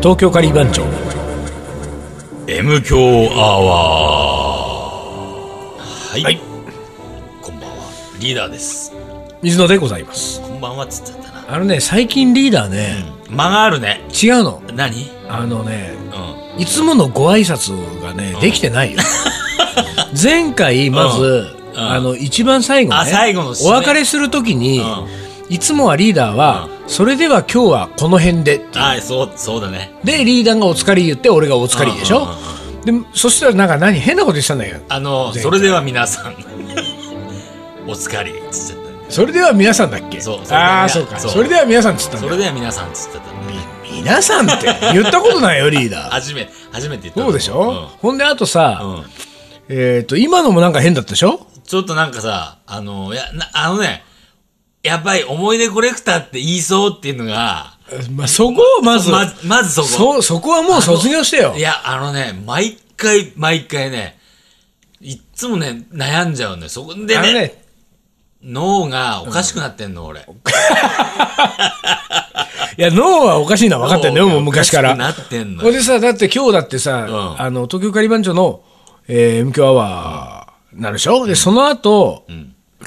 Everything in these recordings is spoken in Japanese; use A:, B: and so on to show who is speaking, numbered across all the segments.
A: 東京カリー番長
B: M 強アワーはい、
A: はい
B: こんばんはリーダーです
A: 水野でございます
B: こんばんはっつっちゃったな
A: あのね最近リーダーね、
B: 間があるね
A: 違うの
B: 何
A: あのね
B: うん
A: いつものご挨拶がね、できて ないよ。前回、まず、
B: うん
A: あの、一番最後ね、
B: あ最後の締
A: お
B: め
A: 別れするときに、
B: うん
A: いつもはリーダーは、それでは今日はこの辺で。
B: はいそうそうだね
A: で、リーダーがお疲れ言って、俺がお疲れでし
B: うん
A: ょ
B: うんうん。
A: で、そしたらなんか何変なこと言ってたんだよ。
B: あの
A: 前回
B: それでは皆さん お疲れっつっちゃったね
A: それでは皆さんだっけ
B: そうそれでは
A: ああ、そうか。
B: そう
A: それでは皆さんっつったんだ
B: そ
A: よ
B: れでは皆さんっつっちゃったね
A: 皆さんって言ったことないよ、リーダー。
B: 初め初めて言った
A: そうでしょ、ほんで、あとさ、
B: うんうん
A: えっ、と、今のもなんか変だったでしょ
B: ちょっとなんかさ、あの、いや、なあのね、やっぱり思い出コレクターって言いそうっていうのが、
A: まあ、そこをまず、
B: ままずそこ。
A: そ、そこはもう卒業してよ
B: い。や、あのね、毎回、毎回ね、いっつもね、悩んじゃうんだよ。そこで
A: あの
B: ね、
A: ね、
B: 脳がおかしくなってんの、俺。
A: いや、脳はおかしいのは分かってんだよ、
B: 脳が
A: もう昔か。
B: おからしくなってんの
A: ほんでさ、だって今日だってさ、
B: うん
A: あの、東京カリバン長の、えー、M 響アワー、なるでしょで、その後、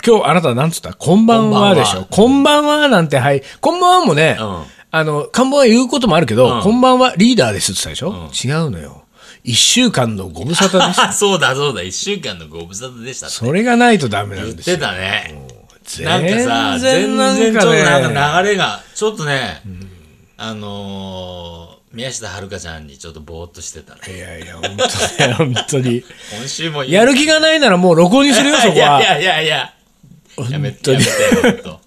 A: 今日あなたなんつったこんばんはでしょこんばんはなんて、はい。こんばんはもね、
B: うん
A: あの、看板は言うこともあるけど、
B: うん
A: こんばんはリーダーですって言ったでしょ、違うのよ。一週間のご無沙汰です。
B: あ そうだ、そうだ、一週間のご無沙汰でしたって。
A: それがないとダメな
B: 言っ
A: んですよ
B: て。たね。なん
A: 全
B: かさ、全
A: 然なん
B: 然ちょっ
A: か
B: となん
A: ね、
B: か流れが、ちょっとね、あのー、宮下遥ちゃんにちょっとぼーっとしてたね。
A: いやいや、本当ね、本当に。
B: 今週もいい
A: やる気がないならもう録音にするよ、そこ
B: いやい
A: は。
B: やいやいや。やめて、
A: 本
B: やめて、ほんと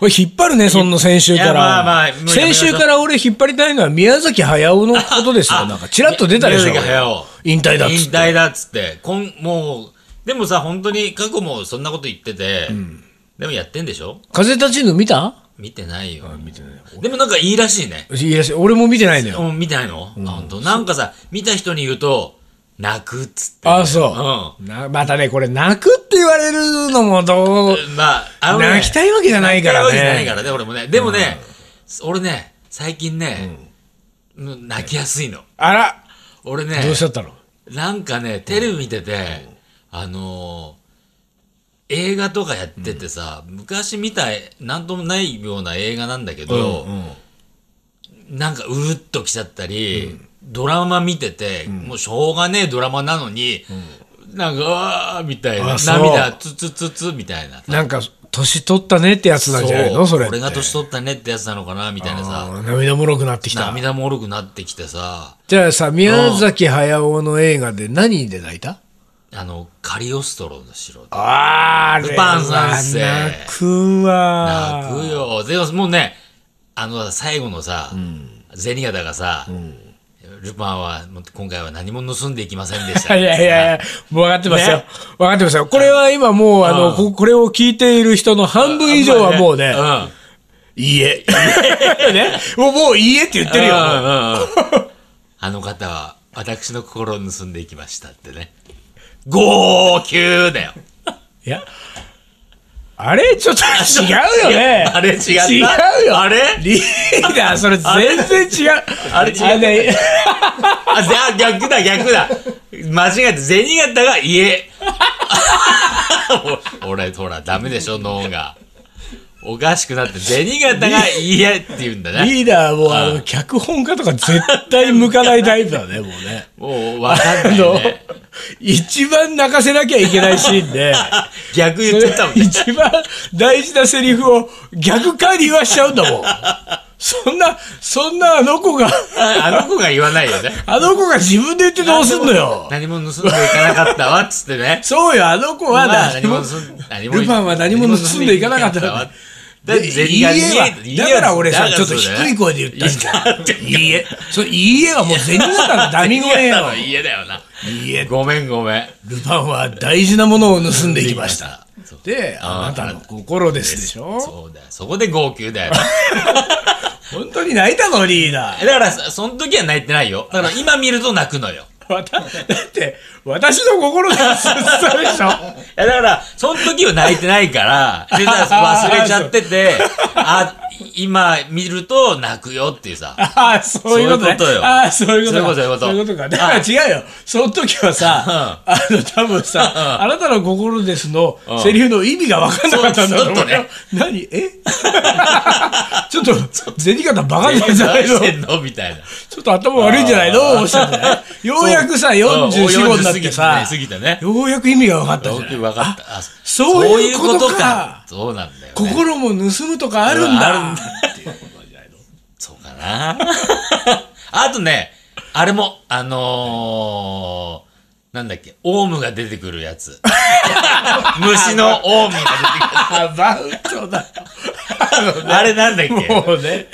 A: これ引っ張るね、そんな先週から。
B: いやまあまあもうやめましょ
A: 先
B: う
A: 週から俺引っ張りたいのは宮崎駿のことですよ。
B: あ
A: なんか、ちらっと出たでしょ
B: 宮崎駿。。
A: 引退だっつ
B: 引
A: って。
B: 退だっつって。こん、もう、でもさ、本当に過去もそんなこと言ってて、でもやってんでしょ
A: 風立ちぬ見た
B: 見てないよ。でもなんかいいらしいね。
A: いや、俺も見てないのよ。
B: うん、見てないの、あ本当なんかさ、見た人に言うと、泣くっつって。
A: あ、そう、なまたね、これ泣くって言われるのもどう、
B: うん。まあ、あのね
A: 泣きたいわけじゃないからね
B: 泣きたいわけじゃないからね、俺もね。でもね、俺ね、最近ね、うん泣きやすいの。
A: あら、
B: 俺ね、
A: どうしちゃったの
B: なんかね、テレビ見てて、あのー映画とかやっててさ、昔見た、なんともないような映画なんだけど、なんかうるっときちゃったり、ドラマ見てて、もうしょうがねえドラマなのに、なんか、うわーみたいな、
A: あそう
B: 涙、つつつつみたいな。
A: なんか、年取ったねってやつなんじゃないのそれって。
B: 俺が年取ったねってやつなのかな、みたいなさ、
A: あー涙もろくなってきた。
B: 涙もろくなってきてさ、
A: じゃあさ、宮崎駿の映画で何で泣いた
B: あの、カリオストロの城
A: あー、
B: ルパン三世
A: 泣くわ。
B: 泣くよ。でももうね、あの最後のさ、ゼニガタがさ、ルパンはもう今回は何も盗んでいきませんでし た。
A: いやいやいや、もう分かってますよ。
B: ね
A: 分かってますよ。これは今もう、あの、
B: うん
A: ここれを聞いている人の半分以上はもうね、
B: うん。
A: いい え。ね、もう、もういいえって言ってるよ。
B: うんうんうんあの方は私の心を盗んでいきましたってね。号泣だよ。
A: いや。あれちょっと違うよね。
B: あれ違った
A: 違うよ。
B: あれ
A: リーダー、それ全然違う。
B: あれ違った
A: ね
B: あ、じゃあ逆だ逆だ。間違えて、ゼニガタが家。 お俺、ほら、ダメでしょ、脳が。おかしくなって、ゼニガタが家って言うんだね。
A: リーダーも、あの、脚本家とか絶対向かないタイプ だね、もうね。
B: もう、わかん
A: あ
B: ない
A: の
B: ね。、
A: 一番泣かせなきゃいけないシーン で、
B: 逆言ってたもんね。
A: 一番大事なセリフを逆から言わしちゃうんだもん。そんな、そんなあの 子が、
B: あの子が言わないよね。
A: あの子が自分で言ってどうすんのよ。
B: 何も盗んでいかなかったわ、つってね。
A: そうよ、あの子は
B: まあ
A: 何も、
B: 何も
A: ルパンは何も盗んでいかなかったわ。
B: だって、ゼニガタ
A: いいえはだから俺さ、ちょっと低い声で言ったんだよ。いいえ。そう、いいえはもう全員だからダミ声よ。
B: 家だよな。
A: いいえ、
B: ごめんごめん。
A: ルパンは大事なものを盗んでいきました。
B: そう
A: で、あなたの心ですでしょ
B: そうだよ。そこで号泣だよ。
A: 本当に泣いたのリーダー。
B: だからさ、その時は泣いてないよ。だから今見ると泣くのよ。
A: わ ただって、私の心ですそうで しょ
B: い や、だから、その時は泣いてないから、でだから忘れちゃってて、あ、今見ると泣くよっていうさ。
A: ああ、そういうことね。
B: そういうことよ
A: ああ、そういうことか。
B: そういうこと
A: そ
B: そうう
A: い
B: いうう
A: こ
B: ことと
A: か。だから違うよ。その時はさ、あの、多分さ、あなたの心ですのセリフの意味が分かんなかったんだと思
B: そううちょ
A: よ
B: っ。
A: 何え ちょっと、銭形バカになってんじゃないの
B: してんのみたいな。
A: ちょっと頭悪いんじゃないのおっしゃってね。ようやくさ、
B: そう
A: 44、5になってさ
B: 40、過ぎてね。
A: ようやく意味が分かった
B: よ
A: じゃ
B: く
A: ん。
B: 分かった。あ
A: そういうことか。
B: そうなんだよね。
A: 心も盗むとかあるん
B: あ
A: だ。
B: る んだそうかな。 あとね、あれも、あのー、なんだっけ、オウムが出てくる やつ。虫のオウムが
A: あ、バウトだ。
B: 出てくる。あれなんだっけ。
A: もうね、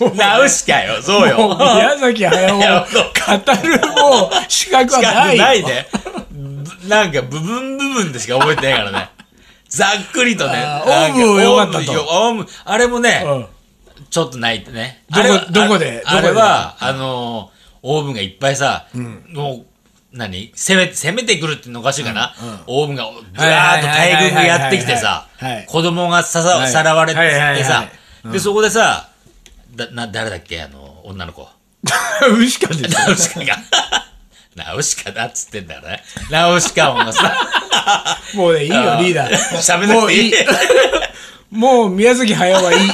A: もう
B: ナウシカよ、そうよ。
A: もう宮崎駿を
B: いや
A: 語るもう資格は
B: 近
A: な
B: く
A: い。
B: ないで。ぶなんか部分部分でしか覚えてないからね。ざっくりとね。
A: あー
B: なんか
A: オウムをよかったと
B: オウムよオウムあれもね、
A: うん
B: ちょっと泣いてね。
A: どこ
B: あれは
A: どこで
B: あ
A: どこで
B: れは、あのー、オウムがいっぱいさ、もう、何攻め、攻めてくるっていうのおかしいかな、オウムが、ぐわーっと
A: はいはいはいはい
B: 大群がやってきてさ
A: はいはい、
B: 子供がさ
A: は
B: さ、
A: い
B: さらわれて
A: はいはいはいは
B: さ
A: い、
B: で、そこでさ、だ、な、誰だっけあの、女の子。
A: ウシカでしょ
B: ナウシカ が。ナウシカだっつってんだよね。ナウシカもさ。
A: もうね、いいよ、リーダー。
B: 喋んなく ていい。
A: もうもう宮崎駿はいい。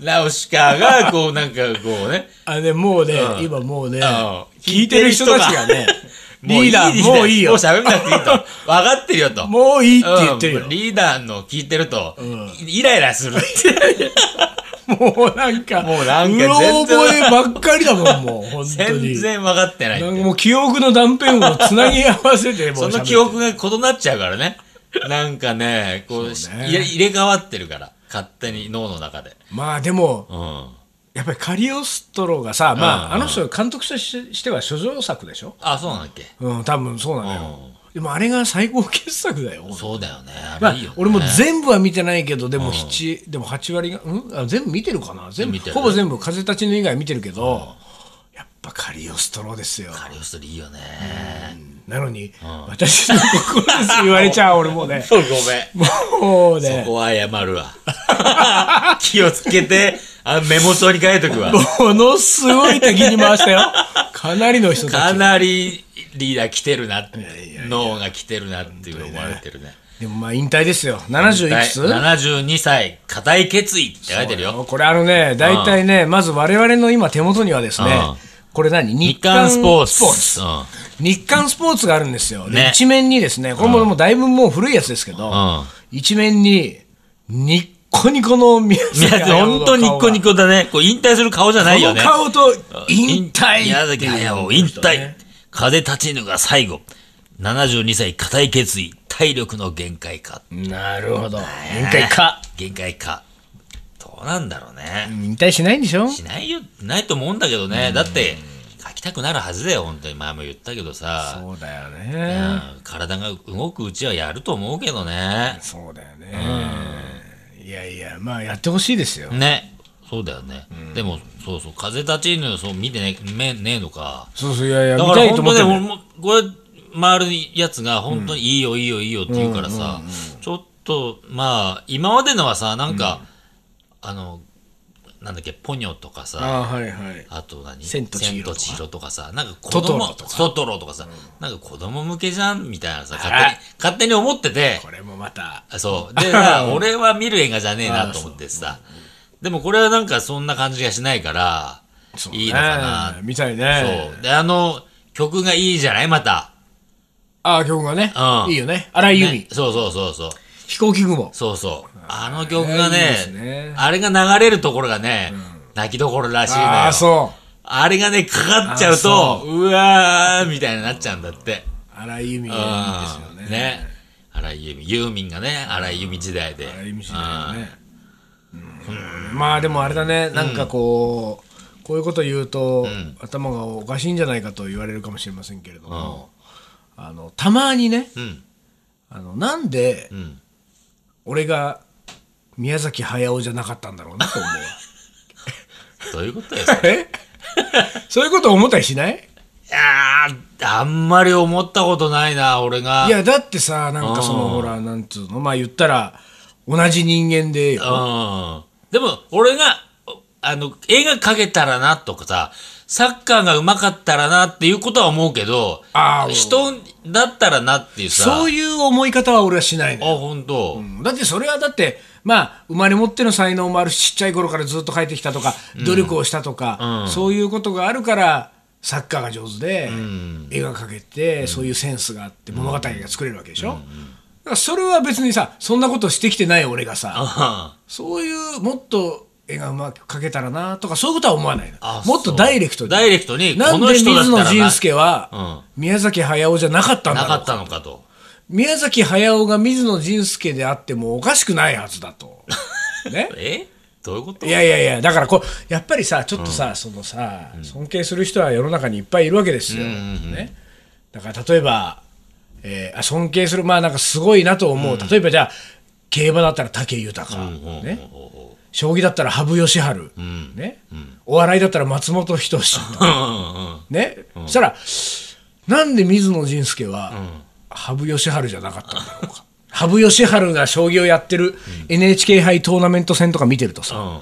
B: ナウシカが、こう、なんか、こうね。
A: あのね、もうね、
B: うん
A: 今もうね、
B: うん
A: 聞いてる人たちがね、
B: もう
A: リ
B: いい
A: ーダー、もういいよ
B: もう。喋んなくていい と。分かってるよと。
A: もういいって言ってるよ
B: うん。リーダーの聞いてると、イライラするって。
A: もうなんか、
B: もうなんか全
A: うろ
B: 然
A: 覚えばっかりだもん、もう、本当
B: 全
A: に。
B: 然分かってない
A: な
B: っ
A: ん
B: て。
A: かもう記憶の断片をつなぎ合わせて、もう喋
B: そ
A: って
B: の記憶が異なっちゃうからね。なんかね、こう、
A: そうね
B: 入れ入れ替わってるから。勝手に脳の中で。
A: まあでも、
B: うん。
A: やっぱりカリオストロがさ、まあ、
B: うん
A: あの人監督とししては諸女作でしょ
B: あ、そうなんだっけ。
A: うん、多分そうなのよ。でもあれが最高傑作だよ。
B: そうだよね。あれ
A: まあ
B: いいよね
A: 俺も全部は見てないけど、でも7、でも8割が、うんあ全部見てるかな全部、
B: 見てる
A: ほぼ全部、風立ちぬ以外見てるけど、やっぱカリオストロですよ。
B: カリオストリーいいよね。
A: なのに、私の心です言われちゃう、俺もうね。
B: ごめん。
A: もうね
B: そ、こは謝るわ。 気をつけて、あメモ帳に書いとくわ。
A: ものすごい敵に回した よ。かなりの人た
B: か
A: ち。
B: なりリーダー来てるなって
A: やいやいや、
B: 脳が来てるなっていう思われてるね。
A: でもまあ引退ですよ。70いくつ
B: はい72歳、固い決意って書いてるよ。
A: これあのね、大体ね、まず我々の今手元にはですね
B: うん、
A: これ何
B: 日刊スポーツ。うん
A: 日刊スポーツがあるんですよ。で
B: ね
A: 一面にですね、これももうだいぶもう古いやつですけど、
B: ん
A: 一面に、ニッコニコの宮崎
B: 宮崎、
A: 駿の
B: 本当にニッコニ
A: コ
B: コだね。こう引退する顔じゃないよね。
A: この顔と、引退
B: 宮崎駿、引退。風立ちぬが最後。72歳、固い決意。体力の限界か。
A: なるほど。引退か。
B: 限界か。どうなんだろうね。
A: 引退しないんでしょ
B: しないよ、ないと思うんだけどね。だって、書きたくなるはずだよ、本当に。前も言ったけどさ。
A: そうだよ
B: う
A: ね。
B: ん体が動くうちはやると思うけどね。
A: そうだよね。いやいや、まあやってほしいですよ。
B: ね。そうだよね。でも、そうそう、風立ちぬ、そう、見てね、めねえのか。
A: そうそう、いやいや、
B: だ
A: 見
B: か
A: た
B: ら
A: いと
B: 本
A: 思っ
B: 当ね、
A: てる
B: 俺も、これ、回るやつが本当にいいよ、いいよ、いいよって言うからさ、ちょっと、まあ、今までのはさ、なんか、あの、なんだっけ、ポニョとかさ、
A: ああ、はいはい。
B: あと何
A: 千と千尋とか
B: 千尋とかさ、なんか子供、
A: トトロとか
B: トトロとかさ、なんか子供向けじゃんみたいなさ、勝手に、勝手に思ってて、
A: これもまた。
B: あそう。で、さ俺は見る映画じゃねえなと思ってさ、でもこれはなんかそんな感じがしないから、
A: そうね
B: いいのかな。
A: みたいね。
B: そう。で、あの、曲がいいじゃないまた。
A: ああ、曲がね
B: う。ん
A: いいよね。荒井由
B: ね
A: 実。
B: そうそうそうそう。
A: 飛行機雲。
B: そうそう。あの曲が
A: いいで
B: ね
A: す、ね
B: あれが流れるところがね、泣きどころらしいのよ。
A: ああ、そう。
B: あれがね、かかっちゃう
A: あ
B: と、うわーみたいになっちゃうんだって。
A: 荒井由実
B: う
A: がいいですよね。
B: ん。ね。荒井由実。ユーミンがね、荒井由実時代で。
A: 荒井由実時代のね。うんまあでもあれだね、なんかこう、こういうこと言うと、頭がおかしいんじゃないかと言われるかもしれませんけれども、あの、たまにね、
B: うん。
A: あの、なんで
B: ん、
A: 俺が宮崎駿じゃなかったんだろうなと思う。
B: どう いうことですか
A: えそういうこと思ったりしない
B: いやー、あんまり思ったことないな、俺が。
A: いや、だってさ、なんかその、
B: うん
A: ほら、なんつうの、まあ言ったら、同じ人間でよ、
B: うでも、俺が、おあの、絵が描けたらなとかさ、サッカーが上手かったらなっていうことは思うけど、
A: あー
B: 人だったらなっていうさ、
A: そういう思い方は俺はしないのよ
B: あ、本当、
A: だってそれはだって、まあ、生まれ持っての才能もあるし、ちっちゃい頃からずっと帰ってきたとか、努力をしたとか、そういうことがあるから、サッカーが上手で、絵が描けて、そういうセンスがあって、物語が作れるわけでしょ。だからそれは別にさ、そんなことしてきてない俺がさ、
B: あ
A: そういう、もっと絵がうまく描けたらなとか、そういうことは思わないの
B: あ。
A: もっと
B: そう
A: ダイレクトに。
B: ダイレクトに
A: なん
B: こ
A: で
B: の人だっ
A: 水
B: た
A: 野
B: らな
A: 仁介は、宮崎駿じゃなかったんだ
B: な
A: ろ
B: か
A: う
B: ったのかと。
A: 宮崎駿が水野仁介であってもおかしくないはずだと。ね、
B: えどういうこと
A: いやいやいやだからこうやっぱりさちょっとさ、そのさ尊敬する人は世の中にいっぱいいるわけですよ。ね、だから例えば、えーあ尊敬するまあなんかすごいなと思う、例えばじゃあ競馬だったら武豊、ね、将棋だったら羽生善治、ねお笑いだったら松本人 志とか
B: うんうんうん。
A: ね、そしたらなんで水野仁介は羽生善治じゃなかったんだろうか 羽生善治が将棋をやってる NHK 杯トーナメント戦とか見てるとさ、
B: うん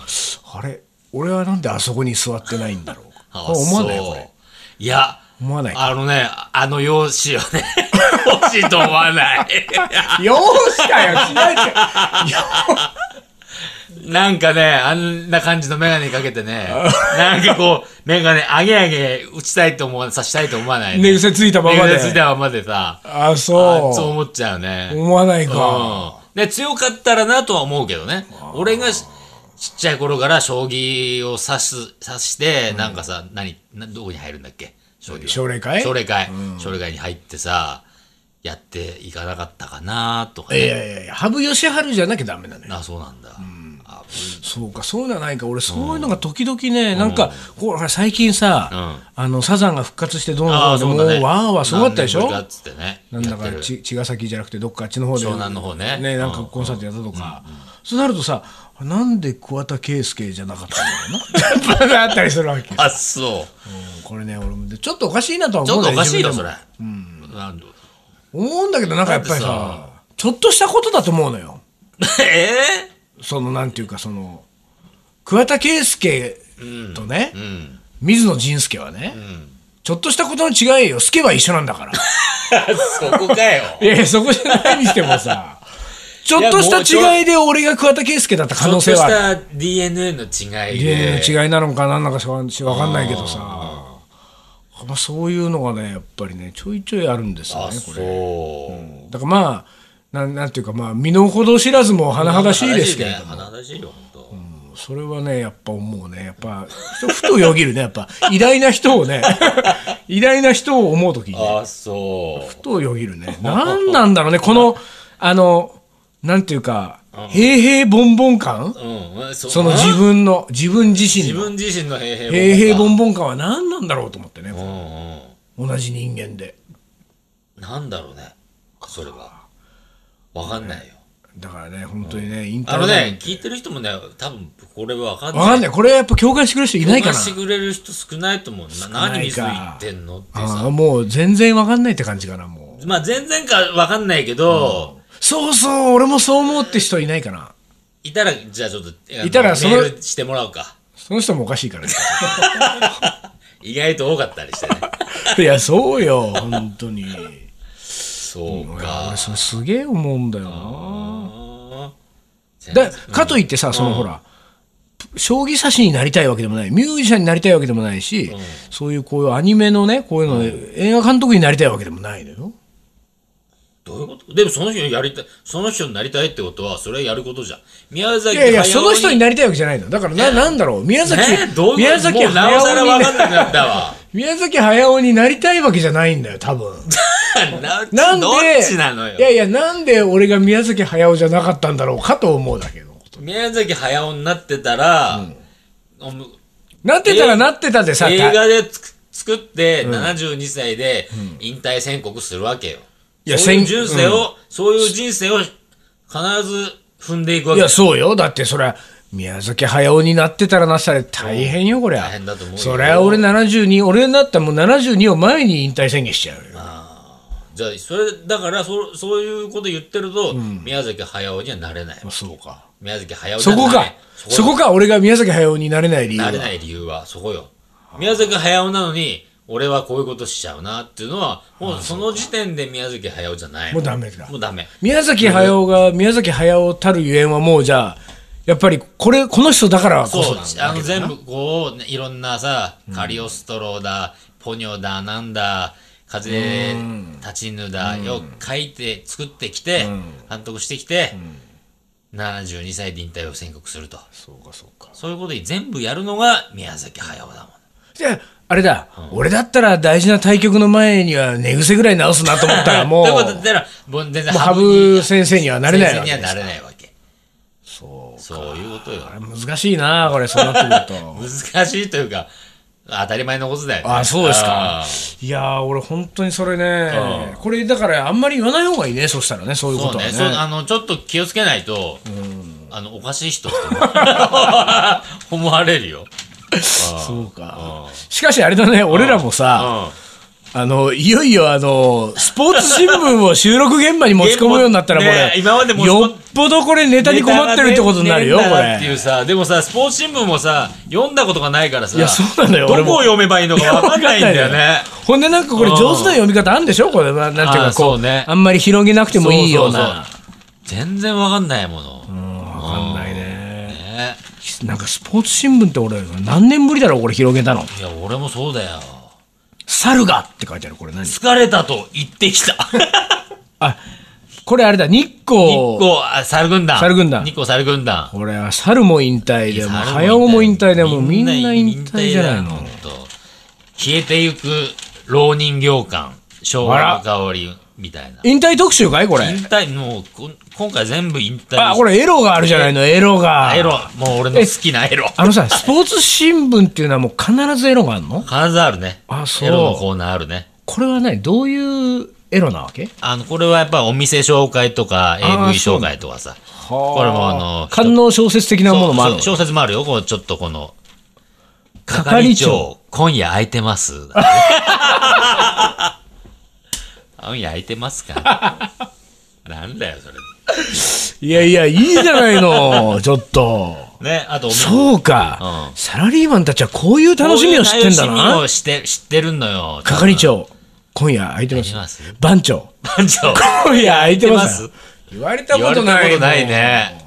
A: あれ俺はなんであそこに座ってないんだろうか
B: あ
A: これ思わない
B: そう
A: これ
B: いや、
A: 思わない
B: あのね、あの容姿よね。 欲しいと思わない。
A: よーしかよ違う違う
B: なんかね、あんな感じのメガネかけてね、なんかこう、メガネ上げ上げ打ちたいと思わ、さしたいと思わない、ね。
A: 寝癖ついたままで
B: 寝癖ついたままでさ、
A: あ
B: あ
A: そう
B: そう思っちゃうね。
A: 思わないか、
B: うん。で、強かったらなとは思うけどね。俺がしちっちゃい頃から将棋を指す、指して、なんかさ、何、などこに入るんだっけ将棋は
A: 奨励会
B: 奨励会。奨励会に入ってさ、やっていかなかったかなとか
A: い
B: ね。
A: やいやいや羽生善治じゃなきゃダメなのよ
B: あ、そうなんだ。あ
A: そうか、そうじゃないか、俺、そういうのが時々ね、なんか、ほら、最近さ、あのサザンが復活して、どう
B: あ
A: な
B: ー、
A: の
B: そう
A: も
B: だね。
A: う、わーわー、すごかったでしょ
B: 何年ぶりかっつってね。
A: なんだか
B: やってる
A: ち茅ヶ崎じゃなくて、どっかあっちの方で、
B: 湘南の方ね
A: なんかコンサートやったとか、そうなるとさ、なんで桑田佳祐じゃなかったんだろうな、 ってなったりするわけ。
B: あ、そう。
A: これね、俺も、ちょっとおかしいなとは
B: ち
A: 思
B: ょ
A: う
B: っ
A: んだ
B: とお
A: よ
B: かしいよ、そ
A: 自
B: れ
A: 分。
B: うん。なん
A: で
B: だ
A: も思うんだけど、なんかやっぱり
B: だ
A: さ、ちょっとしたことだと思うのよ。
B: え
A: その、なんていうか、その、桑田佳祐とね、
B: ーうん。
A: 水野仁介はね、ちょっとしたことの違いよ、スケは一緒なんだから。 い
B: そこかよ。
A: やいや、そこじゃないにしてもさ、 ちょっとした違いで俺が桑田佳祐だった可能性はある。
B: ちょっとした DNA の違いで。
A: DNA の違いなのか何なのかしわかんないけどさ、まあ、そういうのがね、やっぱりね、ちょいちょいあるんですよ
B: あ、
A: ね、こ
B: そう
A: れ。。だからまあ、なんなんていうか、まあ、身の程知らずも甚だしいですけれども、
B: 話しいよ、本
A: それはね、やっぱ思うね、やっぱ、ふとよぎるね、やっぱ、偉大な人を ね、偉大な人を思うときにね
B: 当。あ、そう。
A: とよぎるね。 なんなんだろうね、この、あの、なんていうか、平々凡々感
B: うん、そ
A: その自分の、自分自身
B: 自
A: の
B: 分自身の平平凡
A: 平々凡々感は何なんだろうと思ってね、
B: うん
A: 同じ人間で。
B: うん。なんだろうね、それは。わかんないよ。
A: だからね、本当にね、インタ
B: あ
A: ーネ
B: の
A: ット。
B: ね、聞いてる人もね、多分これわかんない。
A: わかんない。これはやっぱ共感してくれる人いないか
B: 共感
A: な。
B: してくれる人少ないと思う。な
A: な
B: 何
A: い
B: 水
A: か
B: 言ってんのって
A: あ
B: さ
A: あ。もう全然わかんないって感じかな、もう。
B: まあ、全然かわかんないけど、
A: そうそう、俺もそう思うって人いないかな。
B: いたら、じゃあちょっと、
A: いたら
B: あの
A: その
B: メールしてもらおうか。
A: その人もおかしい からね。
B: 意外と多かったり してね。
A: いや、そうよ、本当に。い
B: そう
A: や
B: か。
A: 俺、それすげえ思うんだよな。
B: あー
A: だかといってさ、そのほら、将棋指しになりたいわけでもない、ミュージシャンになりたいわけでもないし、そういうこういうアニメのね、こういうの、映画監督になりたいわけでもないのよ。
B: どういうことでもその人にやりたい、その人になりたいってことは、それはやることじゃん。宮
A: い
B: 崎
A: やいや、
B: 駿
A: その人になりたいわけじゃないの。だからな、なんだろう、宮崎、
B: ねどういう
A: 宮崎
B: もうなおさら
A: 駿
B: わ
A: に
B: かん
A: ね、
B: なくなったわ。
A: 宮崎駿になりたいわけじゃないんだよ、多分。
B: な
A: なんで、
B: どっちなの
A: いや
B: よ。
A: いや、なんで俺が宮崎駿じゃなかったんだろうかと思うだけのこと。
B: 宮崎駿になってたら、おむ
A: なってたらなってたでさ、
B: 映画でつく作って、72歳で引退宣告するわけよ。
A: いや
B: そういう
A: 宣
B: 人生を、そういう人生を必ず踏んでいくわ
A: い
B: け
A: や、そうよ。だって、そりゃ、宮崎駿になってたらなったら大変よ、こりゃ。
B: 大変だと思うよ
A: そりゃ、俺72、俺になったらもう72を前に引退宣言しちゃうよ。
B: じゃあ、それ、だから、そそういうこと言ってると、宮崎駿にはなれない。
A: そうか。
B: 宮崎駿
A: そこか
B: そこ
A: そこか俺が宮崎駿になれない理由
B: な
A: は
B: れない理由はそこよ宮崎駿なのに俺はこういうことしちゃうなっていうのはもうその時点で宮崎駿じゃない
A: もうダメだ
B: もうダメ
A: 宮崎駿が宮崎駿たるゆえんはもうじゃあやっぱりこれこの人だからこ
B: そ
A: そうなんだ
B: あの全部こうねいろんなさカリオストロだ、ポニョだなんだ風立ちぬだ、よく書いて作ってきて、監督してきて、72歳で引退を宣告すると
A: そうかそうか
B: そういうことに全部やるのが宮崎駿だもん
A: じゃああれだ、俺だったら大事な対局の前には寝癖ぐらい直すなと思ったらもう
B: ということだからもう全然
A: もう
B: 羽
A: 羽生先生にはなれないわけ
B: 先生
A: です
B: にはなれないわけ
A: そう
B: そういうことよ
A: あれ難しいなこれそうなってくる と
B: 難しいというか当たり前のことだよ、ね、
A: あそうです
B: あ
A: か
B: ー
A: いやー俺本当にそれねこれだからあんまり言わない方がいいねそしたらねそういう
B: そ
A: こ
B: う
A: とは
B: ね
A: ね
B: そうあのちょっと気をつけないと、あのおかしい人って 思思われるよ
A: そうかしかしあれだね俺らもさ、あの、いよいよあの、スポーツ新聞を収録現場に持ち込むようになったら、これ、
B: ね今まで持ち込ん
A: よっぽどこれネタに困ってるってことになるよ、こ
B: ネタがねってい
A: れ。
B: うさでもさスポーツ新聞もさ読んだことがないからさ
A: いやそうなんだよ
B: ど
A: 俺
B: こ
A: も
B: を読めばいいのか分かんないんだよね
A: ほんでなんかこれ上手な読み方あるんでしょこれ、まあなんていう
B: あー
A: かこ
B: そうね
A: あんまり広げなくてもいいような。
B: そうそうそう全然分かんないもの、
A: わかんないね。
B: ね
A: なんかスポーツ新聞って俺、何年ぶりだろう、これ広げたの。
B: いや俺もそうだよ
A: 猿がって書いてある、これ何
B: 疲れたと言って きた
A: あ、これあれだ、日光。
B: 日光あ猿軍団
A: 猿軍団
B: 日光猿軍団
A: これは猿も引退で、もう
B: 猿
A: 早尾も引退で、もうみんな引退じゃない
B: みん引退
A: の
B: だ。よほんと消えてゆく浪人行間昭和の香りみたいな
A: 引退特集かいこれ。
B: 引退もうこ今回全部引退
A: あ、これエロがあるじゃないの、エロが。
B: エロもう俺の好きなエロ
A: あのさ、スポーツ新聞っていうのはもう必ずエロがあるの
B: 必ずあるね
A: あそう
B: エロのコーナーあるね
A: これはね、どういうエロなわけ
B: あのこれはやっぱお店紹介とか AV 紹介とかさこれもあの
A: 官能小説的なものもあるの
B: そうそう小説もあるよこうちょっとこの
A: 係
B: 係
A: 長
B: 長今夜空いてます 今夜空いてますか なんだよそれ
A: いやいや、いいじゃない の、ちょっと。
B: ねあとお店
A: そうか、
B: うん
A: サラリーマンたちはこういう楽しみを知ってんだ
B: こういう楽しみ
A: な。
B: をして知ってるのよ
A: 係長、今夜空いてま
B: 空い
A: す
B: てます。
A: 番長、
B: 班長
A: 今夜空いてます
B: 空いて。
A: 言われた
B: 言わ
A: こ
B: れ
A: と
B: た
A: ない。
B: ことない。ね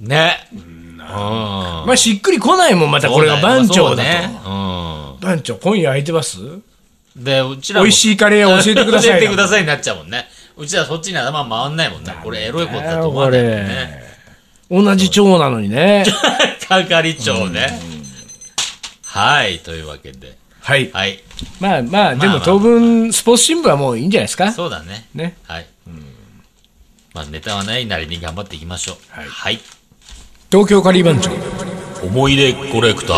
B: ねうん
A: まあ、しっくりこないもん、またこれが番長だと。
B: そうね
A: 番長、今夜空いてます
B: うんでうちらも
A: 美味しいカレーを教えてください
B: 教えて くださいになっちゃうもんねうちらそっちに頭回んないもんねこれエロいことだと思わないもんね
A: 同じ長なのにね。
B: 係長ねはいというわけで
A: はい。
B: はい
A: まあまあ、で
B: まあま
A: も
B: あ
A: 当分、スポーツ新聞はもういいんじゃないですか。
B: そうだね
A: ね。
B: はいまあネタはないなりに頑張っていきましょう
A: はい
B: はい
A: 東京カリー番長。
B: 思い出コレクター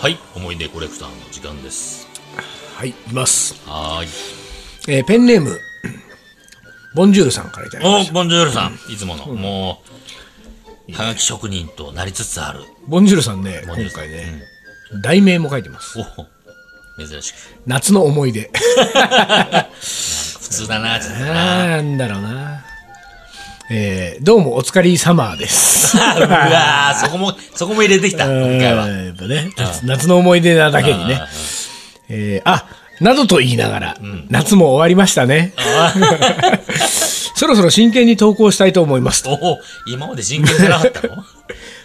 B: はい思い出コレクターの時間です
A: はい、います。
B: はーい
A: えーペンネーム、 ボンジュールさんからいただきま
B: お
A: した。
B: ボンジュールさんいつものもうはがき職人となりつつある
A: ボンジュールさんね、
B: ボンジュー
A: 今
B: ルさん
A: 回ね、題名も書いてます。
B: おお珍しく
A: 夏の思い出。
B: 普通だなちょっとな
A: なんだろうな。えーどうもお疲れ様 です。
B: うわーそこもそこも入れてきた今回は
A: うんやっぱね、夏夏の思い出なだけにね。えーあ、などと言いながら、夏も終わりました ね。そろそろ真剣に投稿したいと思いますと。
B: おお今まで真剣じゃなかったの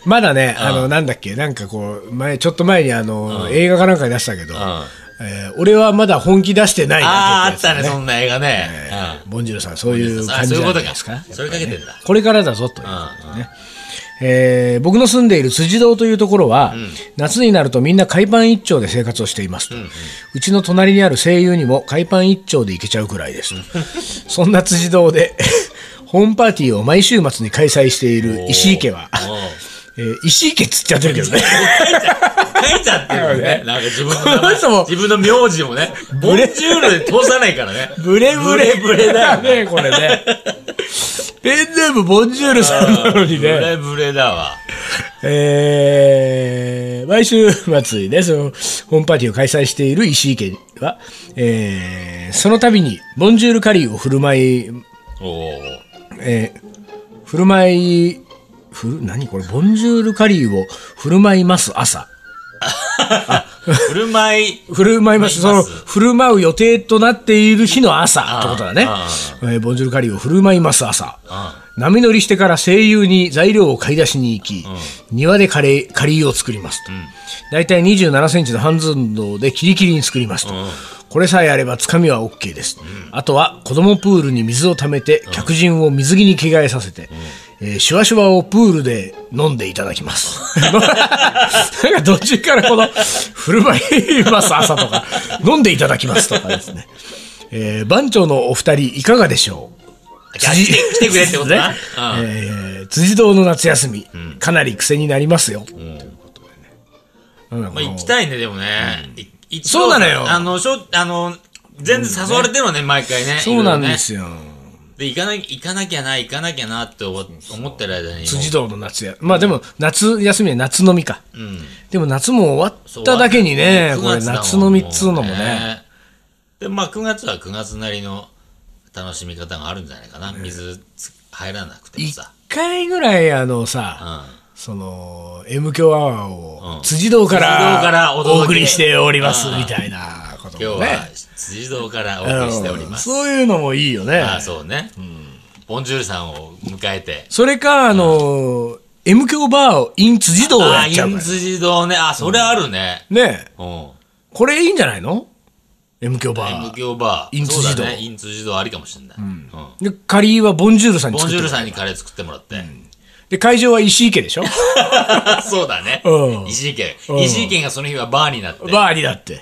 A: まだね、あの、なんだっけ、なんかこう、前、ちょっと前にあの、映画かなんかに出したけど、えー俺はまだ本気出してない
B: ああ
A: な
B: あったねそんな映画ねうん
A: ボンジュールさん、そういう
B: あ
A: 感じ
B: そ
A: じ
B: ういう
A: ゃな
B: こと
A: い
B: か
A: ですか。
B: それかけてんだ
A: これからだぞということでね。えー僕の住んでいる辻堂というところは、夏になるとみんな海パン一丁で生活をしていますと、うちの隣にある声優にも海パン一丁で行けちゃうくらい ですとそんな辻堂で ホームパーティーを毎週末に開催している石井家は、
B: おー
A: えー石井家っつっちゃってるけどね
B: 書いちゃってるも んね。なんか自分の名
A: この
B: 前
A: 人も
B: 自分の名字もね、ボンジュールで通さないからね。
A: ブレブレ
B: ブレブレだよね。
A: ねこれ ねペンネームボンジュールさんなのに
B: ブ
A: ね
B: レブレだわ。
A: えー毎週末にね、その、ホームパーティーを開催している石井家は、えーその度に、ボンジュールカリーを振る舞い、
B: おー
A: えー振る舞い、ふる、何これ、ボンジュールカリーを振る舞います朝。
B: 振る舞い、
A: 振る舞います、
B: 振
A: そ
B: る舞い
A: の、
B: ます
A: 振る舞う予定となっている日の朝ってことだね
B: あ。
A: えーボンジュールカリーを振る舞います朝
B: あ。
A: 波乗りしてから声優に材料を買い出しに行き、庭でカレー、カリーを作りますと。大体27センチの半寸胴でキリキリに作りますと。これさえあればつかみは OK です。あとは子供プールに水を溜めて、客人を水着に着替えさせて、えーシュワシュワをプールで飲んでいただきます。 なんか途中からこの、振る舞います朝とか、飲んでいただきますとかですね。えー番長のお二人いかがでしょう
B: 来て来てくれってことだ
A: ね
B: な。うん
A: えー辻堂の夏休み、かなり癖になりますよ。ということでね。なんだこ
B: まあ、
A: の
B: 行きたいね、でもね。い一
A: そうなのよ
B: あの、しょ、あの、全然誘われてるわね、毎回ね。
A: そうなんで
B: よ。
A: すよ。
B: で、行かなきゃ、行かなきゃな、行かなきゃなって思思ってる間に。
A: 辻堂の夏や。まあでも、夏休みは夏飲みか。
B: うん。
A: でも夏も終わっただけにね、
B: そう
A: こ
B: あ
A: れ
B: ともう
A: 夏飲みっつうのも
B: もう
A: ね。
B: で、まあ、9月は9月なりの楽しみ方があるんじゃないかな。水つ入らなくても
A: 一
B: さ。
A: 回ぐらいあの
B: う
A: さ、
B: ん。
A: その、M 強アワーを
B: うん
A: 辻堂か
B: 辻堂から
A: ら
B: お届け
A: お送りしておりますみたいなこと
B: 今日
A: も
B: は
A: ね。
B: 辻堂からお送りしております。
A: うんそういうのもいいよね。
B: ああ、そうね。ボンジュールさんを迎えて。
A: それか、あのー、M 響バーをイン辻堂を
B: あ
A: や
B: あ、
A: っ
B: イ
A: ちゃうか
B: ン
A: ら。
B: 辻堂ね。あ、それあるね。
A: ねえ、
B: うん。
A: これいいんじゃないの ?M 響バ
B: M
A: ー。
B: 響バー。
A: イン辻堂
B: そうだね。イン辻堂ありかもしれない。うん。
A: で、カリーはボンジュールさんに
B: ボン
A: 作っ
B: ジュ
A: て
B: ー
A: も
B: ル
A: らう
B: さんにカレー作ってもらって。
A: で、会場は石井家で しょ
B: あ そうだね
A: う。ん
B: 石井県
A: うん。
B: 石井県がその日はバーになって。
A: バーにだって。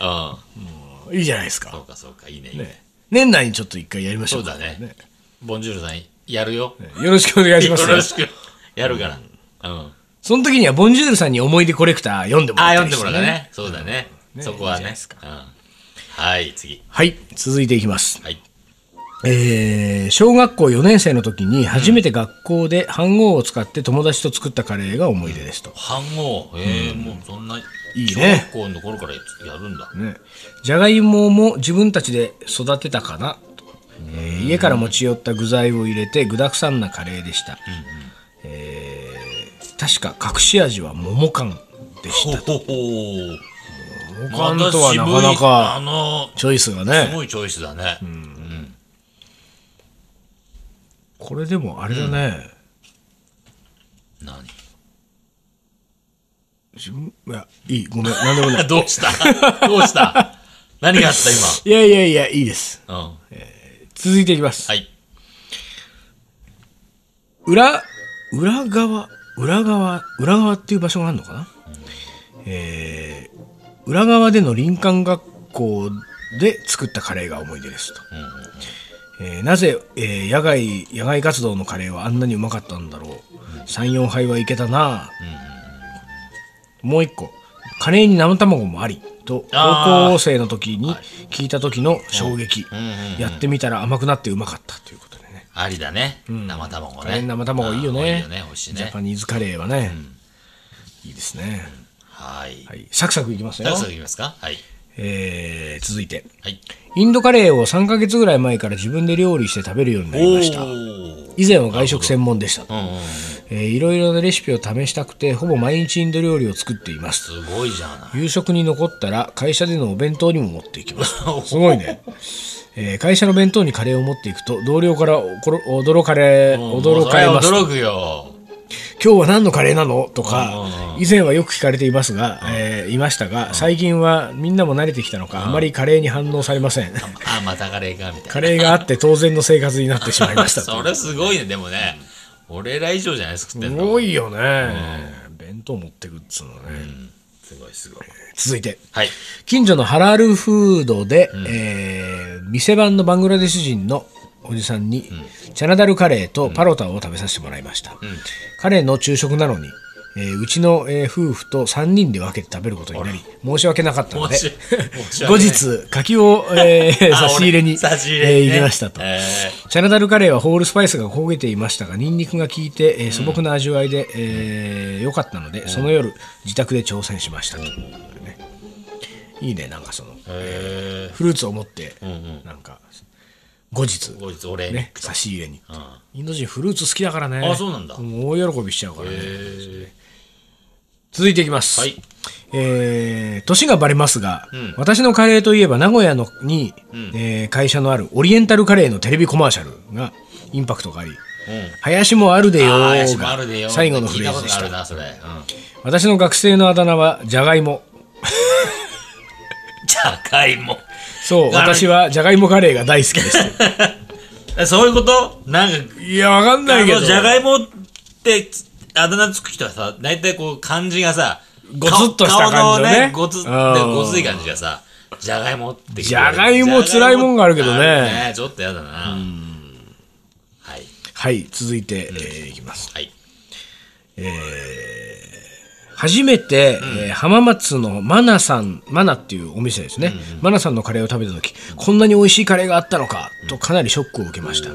B: うん。
A: いいじゃないです
B: そ
A: か。
B: うかそうか、いいね、いいね。
A: 年内にちょっと一回やりましょ
B: そうう
A: か。
B: だね。ボンジュールさん、やるよ。
A: ねよろしくお願いし
B: よ
A: ますよ。
B: ろしく。やるから。うん。
A: その時には、ボンジュールさんに思い出コレクター読んでも
B: あ
A: ら
B: あ、
A: った
B: 読ん
A: り
B: で
A: して
B: もらうか。ね。そうだね。
A: ね
B: そこはい
A: いじゃない
B: ね
A: です。か
B: うんはい、次。
A: はい、続いていきます。
B: はい。
A: えー小学校4年生の時に初めて学校で飯号を使って友達と作ったカレーが思い出ですと。
B: 飯号。ええ、もうそんな、
A: いい
B: 小
A: ね
B: 学校の頃からやるんだ。
A: ね、じゃがいもも自分たちで育てたかなと、えー家から持ち寄った具材を入れて具だくさんなカレーでした、えー確か隠し味は桃缶でし
B: ほ
A: た
B: ほほ
A: 桃
B: ま
A: 缶
B: た
A: とはなか
B: 渋
A: ない
B: あ
A: か
B: の、
A: チョイスが
B: す
A: ね
B: ごいチョイスだね。
A: これでもあれだね、
B: 何
A: 自分いやいいごめん何でもない
B: どうしたどうした何があった
A: いやいやいやいいです
B: 今。うん。
A: 続いていきます、
B: はい。
A: 裏、裏側、裏側、裏側っていう場所があるのかな、えー、裏側での林間学校で作ったカレーが思い出ですと。えーなぜ、えー野外、野外活動のカレーはあんなにうまかったんだろう。3、4杯はいけたな、もう一個。カレーに生卵もあり。と、
B: あー
A: 高校生の時に聞いた時の衝撃。
B: うんうんうん
A: やってみたら甘くなってうまかったということでね。
B: ありだね。生卵
A: カレー
B: ね。
A: に生卵いいよ
B: あー
A: ね
B: いいよね。美味しい
A: ジャ
B: ね
A: パ。ニーズカレーはね、いいですね、
B: はい。
A: はい、サクサクいきますよ
B: さあ、次いきますかはい。
A: えー、続いて
B: はい。
A: インドカレーを3ヶ月ぐらい前から自分で料理して食べるようになりました
B: ー
A: 以前は外食専門でした
B: うんうんうん。
A: えーいろいろなレシピを試したくてほぼ毎日インド料理を作っています
B: すごいじゃない。
A: 夕食に残ったら会社でのお弁当にも持っていきますす
B: す
A: ごいね、えー会社の弁当にカレーを持っていくと同僚からお驚かれ驚かれます
B: 驚くよ。
A: 今日は何のカレーなのと
B: うんうん
A: か、以前はよく聞かれていますが、えーいましたが、最近はみんなも慣れてきたのか、あまりカレーに反応されま せん。
B: あ、またカレーか、みたいな。
A: カレーがあって当然の生活になってしまいました。
B: それすごいね、でもね。俺ら以上じゃない作って
A: す
B: んの。
A: ごいよね。弁当持ってくっつうのね。
B: すごい、すごい。
A: 続いて。
B: はい。
A: 近所のハラールフードで、えー店番のバングラデシュ人のおじさんに、チャナダルカレーとパロタを食べさせてもらいました、彼の昼食なのに、えーうちの、えー夫婦と3人で分けて食べることになり申し訳なかったので
B: 申し申し
A: 後
B: 訳ない
A: 日柿を、えー 差
B: あ
A: し入れに
B: 俺差し入
A: え
B: れにね
A: ー行きましたと、
B: え
A: チャナダルカレーはホールスパイスが焦げていましたがニンニクが効いて、えー素朴な味わいで良、えー良かったので、その夜自宅で挑戦しましたと、ねいいねなんかその
B: ーえ
A: フルーツを持って、
B: ん
A: なんか後日
B: 後日お礼に
A: ね差し入れに、
B: うん
A: インド人フルーツ好きだからね
B: あそうなんだ
A: もう大喜びしちゃうからね、
B: え
A: 続いていきます、
B: はい
A: えー年がバレますが、
B: ん
A: 私のカレーといえば名古屋のに、えー会社のあるオリエンタルカレーのテレビコマーシャルがインパクトがあり
B: うん
A: 林もあるでよー
B: ああ、
A: が
B: 怪しもあるでよ。
A: 最後のフレーズ
B: 聞い
A: で
B: たこ
A: し
B: とあ
A: た
B: るな、それ。うん。
A: 私の学生のあだ名はじゃがいも
B: じゃがいも。
A: そう
B: なる
A: 私はじゃがいもカレーが大好きです
B: えそういうことなんか、
A: いやわかん
B: あの、じゃが
A: い
B: いもって、つあだ名つく人はさ、大体こう、漢字がさ、
A: ごつっとした感じ
B: 顔
A: のね
B: 顔のごつ、で
A: うん
B: ごつい感じがさ、じゃがいもって
A: じゃがいも辛いもんがあるけどね
B: じゃがいもってあるねちょっとやだな。はい。
A: はい続いて、えーいきます
B: はい。
A: 初めて、えー浜松のマナさんマナっていうお店ですね、マナさんのカレーを食べた時こんなに美味しいカレーがあったのかとかなりショックを受けました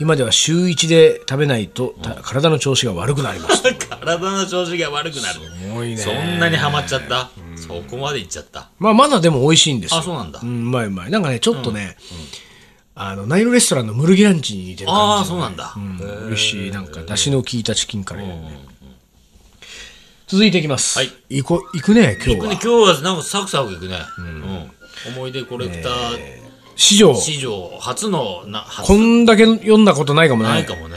A: 今では週1で食べないとた体の調子が悪くなりました
B: 体の調子が悪くなる。す
A: ごいね
B: そんなにハマっちゃった、そこまでいっちゃった。
A: まあマナでも美味しいんですよ
B: あそうなんだ
A: うまいうまいなんかねちょっとね、あのナイロレストランのムルギランチに似てる感
B: ああ、
A: じ
B: そ
A: の
B: うなんだ。
A: うん美味しいなんか出汁の効いたチキンカレーだよね続いていきます、
B: はい
A: いこ行くね今日
B: 僕ね
A: は
B: 今日はなんかサクサクいくね、うん思い出コレクター
A: 史上
B: 史上初のな初
A: こんだけ読んだことないかもね
B: ないかもね、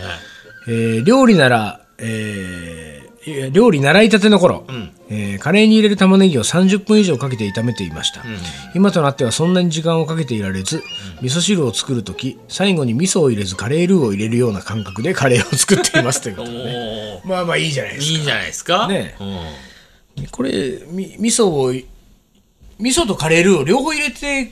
A: えー料理なら、えーいや料理習いたての頃、えーカレーに入れる玉ねぎを30分以上かけて炒めていました、今となってはそんなに時間をかけていられず、味噌汁を作る時最後に味噌を入れずカレールーを入れるような感覚でカレーを作っていますということでね
B: お
A: まあまあいいじゃない
B: ー
A: です
B: いいんじゃないですか
A: ね
B: うん、
A: かこれみ味噌を味噌とカレールーを両方入れて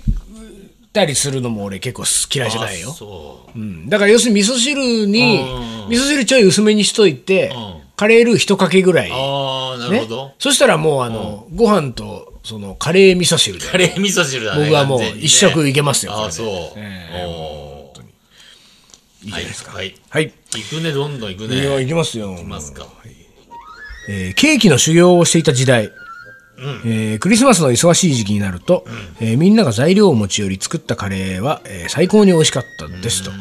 A: たりするのも俺結構嫌いじゃないよ
B: あそう
A: うんだから要するに味噌汁に
B: うん
A: 味噌汁ちょい薄めにしといて、
B: ん
A: カレールー一かけぐらい、ね、
B: ああなるほど、
A: そしたらもうあの、ご飯とそのカレー味噌汁で
B: カレー味噌汁だね
A: 僕はもう
B: 完全にね
A: 一食いけますよ
B: あ
A: これ
B: あ
A: で
B: そう、
A: ええ
B: おー
A: いいじゃないですか
B: はいはい
A: はい、
B: 行くねどんどん行く
A: いや
B: ね
A: いきますよ
B: 行きますか、
A: えーケーキの修行をしていた時代、えークリスマスの忙しい時期になると、えーみんなが材料を持ち寄り作ったカレーは、えー最高に美味しかったですと、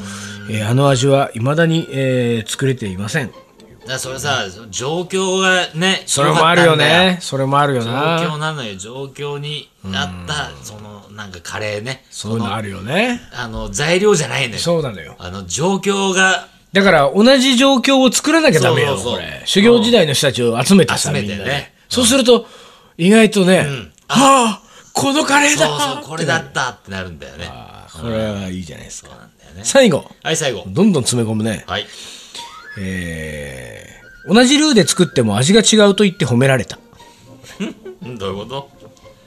A: えーあの味はいまだに、えー作れていません
B: だからそれさ状況がね
A: それもあるよ
B: 良かったんだ
A: ねそれもあるよ
B: 状
A: な
B: 況なのよ状況にあったそのなんかカレーね
A: そういうのあるよね
B: あの材料じゃないのよ
A: そうなのよ
B: あの状況が
A: だから同じ状況を作らなきゃダメよ、
B: そうそうそう
A: これ。修行時代の人たちを集めてさ、
B: 集め
A: み
B: て
A: ん
B: ね
A: なね。そうすると、意外とね、はあ、このカレーだ
B: そうそうこれだったってなるんだよね
A: これはいいじゃないですか。
B: なんだよね
A: 最後、
B: はい最後
A: どんどん詰め込むね。
B: はい
A: えー、同じルーで作っても味が違うと言って褒められた。
B: んどういうこと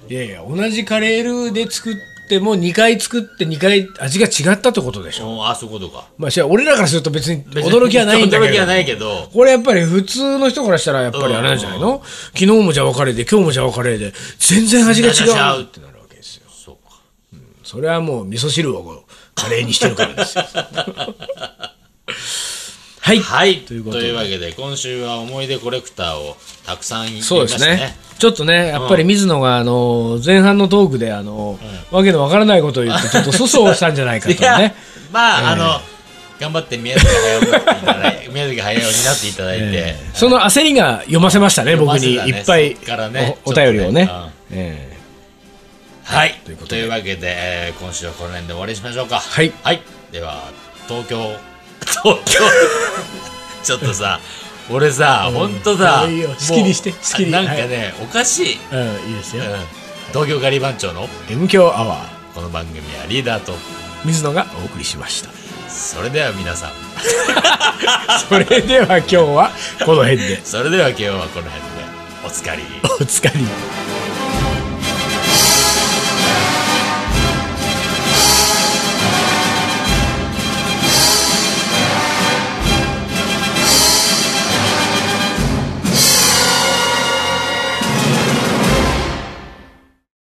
A: いやいや、同じカレールーで作っても2回作って2回味が違ったってことでしょ。
B: おあそういうことか
A: まあ、じゃあ俺らからすると別に
B: 別に
A: 驚きはないんだけど。
B: 驚きはないけど
A: これやっぱり普通の人からしたらやっぱりあれなんじゃないの、昨日もじゃあ別れで今日もじゃあ別れで全然味が違う
B: 全然違う
A: ってなるわけですよ
B: そうか
A: それはもう味噌汁をこうカレーにしてるからですよ はい、
B: はいと
A: と
B: い
A: いううことで
B: わけで今週は思い出コレクターをたくさん言いました
A: そう
B: ね
A: ですねちょっとねやっぱり水野があの前半のトークであの、わけのわからないことを言ってちょっと粗相したんじゃないかと
B: いや、
A: ね
B: まあ、あの頑張って宮崎駿になっていただい 宮崎駿になっていただいて、
A: その焦りが読ませましたね、
B: 読ま
A: 僕
B: せ
A: に
B: たね
A: いっぱい
B: そっからね
A: おお便りをね
B: ちょっとね
A: ええ
B: はい、
A: とい
B: というう
A: ことで
B: わけで、えー今週はこの辺で終わりにしましょうか。
A: はい
B: では、東京、東京、 ちょっとさ、俺さ、ほんとさ、
A: いいよ
B: もう
A: 好きにして好きに
B: あなんかね、おかしい。
A: うん、いいです
B: う
A: よ
B: ん、東京ガリ番長の
A: M 強アワー
B: この番組はリーダーと、
A: 水野がお送りしました
B: それでは皆さん、
A: それでは今日はこの辺で
B: それでは今日はこの辺で、おつかり。
A: おつかり